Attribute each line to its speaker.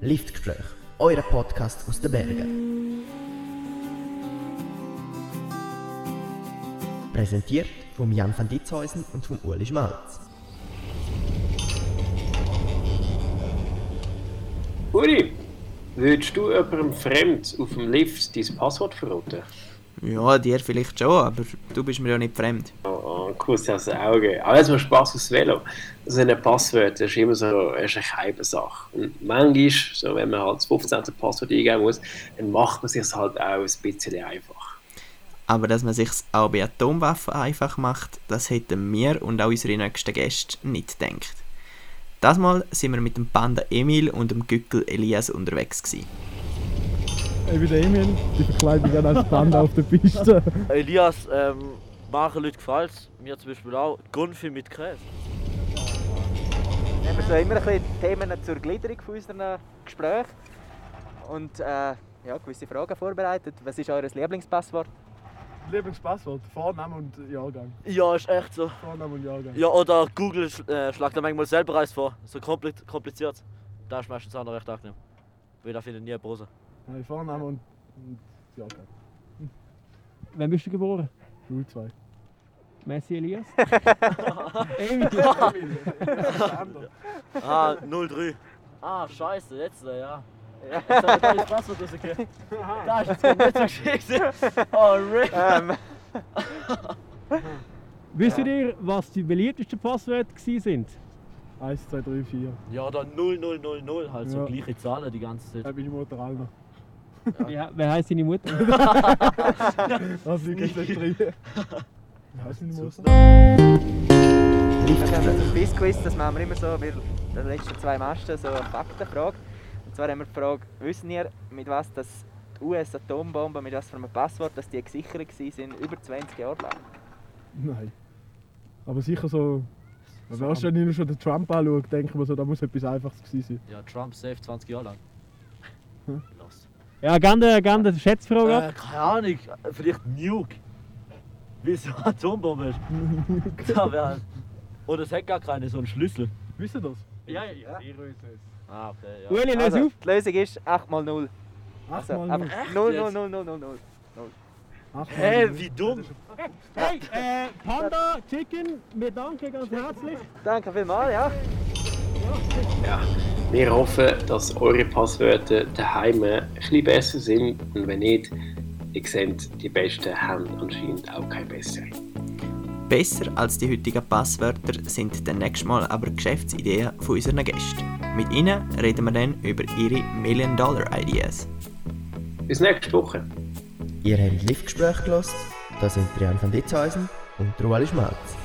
Speaker 1: Liftgespräch, euer Podcast aus den Bergen. Präsentiert vom Jan van Ditzhäusen und vom Uli Schmalz.
Speaker 2: Uri, würdest du jemandem fremd auf dem Lift dein Passwort verraten?
Speaker 3: Ja, dir vielleicht schon, aber du bist mir ja nicht fremd.
Speaker 2: Oh, Kuss aus den Augen. Aber jetzt mal Spaß aufs Velo. So ein Passwort das ist immer so das ist eine geheime Sache. Und manchmal, so wenn man halt das 15. Passwort eingeben muss, dann macht man sich halt auch ein bisschen einfach.
Speaker 3: Aber dass man sich auch bei Atomwaffen einfach macht, das hätten wir und auch unsere nächsten Gäste nicht gedacht. Das Mal sind wir mit dem Panda Emil und dem Gückel Elias unterwegs. Gewesen.
Speaker 4: Ich bin der Emil, die verkleide dann als Panda auf der Piste.
Speaker 5: Elias, ähm, machen Leute gefällt Mir zum Beispiel auch. Gunfi mit Käse.
Speaker 6: Wir so immer ein bisschen Themen zur Gliederung von unseren Gesprächen. Und äh, ja, gewisse Fragen vorbereitet. Was ist euer Lieblingspasswort?
Speaker 4: Lieblingspasswort, Vorname und Jahrgang.
Speaker 5: Ja, ist echt so.
Speaker 4: Vorname und Jahrgang.
Speaker 5: Ja, oder Google sch- äh, schlägt da manchmal selber eins vor. So kompli kompliziert. Da ist meistens auch noch recht angenehm. Weil da findet nie eine Brose.
Speaker 4: Nein, Vorname und, und Jahrgang.
Speaker 7: Hm.
Speaker 4: Wann bist du geboren? 02.
Speaker 7: Messi Elias.
Speaker 5: Ah, 03.
Speaker 8: Ah, scheiße, jetzt, äh, ja. Jetzt hab ich das Passwort rausgegeben. Da ist jetzt nicht so geschickt. Oh, Rick.
Speaker 7: Wisst ihr, was die beliebtesten Passwörter gewesen sind?
Speaker 4: 1, 2, 3, 4.
Speaker 8: Ja, dann 0000 halt, so
Speaker 4: Ja.
Speaker 8: gleiche Zahlen die ganze
Speaker 4: Da
Speaker 8: Zeit.
Speaker 4: bin ich Mutter Alma.
Speaker 7: Ja, wer heißt deine Mutter?
Speaker 4: Das liegt jetzt nicht drin. Weißt du nicht, Mutter?
Speaker 6: Wir haben das Quizquiz, das machen wir immer so, wir die letzten zwei Masten, so eine Faktenfrage. Und zwar haben wir die Frage, wissen ihr, mit was das die US-Atombombe, mit was für einem Passwort, dass die gesichert gewesen sind, über 20 Jahre lang?
Speaker 4: Nein. Aber sicher so. Wenn man schon nur schon den Trump anschaut, denkt man so, da muss etwas Einfaches gewesen
Speaker 8: Ja, Trump safe 20 Jahre lang. Los.
Speaker 7: Ja, gerne, gerne eine Schätzfrage ab.
Speaker 8: Äh, keine Ahnung, vielleicht Nuke. Wie so eine Atombombe ist. Da wär- Oder es hat gar keine, so einen Schlüssel.
Speaker 4: sein. Wisst ihr das?
Speaker 8: Ja, ja, ja. Ah, okay, ja.
Speaker 7: Ueli, löse
Speaker 6: Also,
Speaker 7: auf.
Speaker 6: die Lösung ist 8 mal 0.
Speaker 4: Acht
Speaker 6: Also,
Speaker 4: mal null.
Speaker 6: einfach 0, 0, 0, 0, 0, 0.
Speaker 4: Acht mal
Speaker 8: Hä,
Speaker 4: null.
Speaker 8: wie dumm!
Speaker 7: Hey, äh, Panda, Chicken, wir danken ganz herzlich.
Speaker 6: Danke vielmals, ja.
Speaker 2: Ja. Wir hoffen, dass eure Passwörter daheim ein bisschen besser sind. Und wenn nicht, ihr seht, die Besten haben anscheinend auch keine besseren.
Speaker 3: Besser als die heutigen Passwörter sind dann nächstes Mal aber Geschäftsideen von unseren Gästen. Mit ihnen reden wir dann über ihre Million-Dollar-Ideas.
Speaker 2: Bis nächste Woche.
Speaker 1: Ihr habt Liftgespräch gelost, da sind Drian van Ditzhäusen und Rueli Schmalz.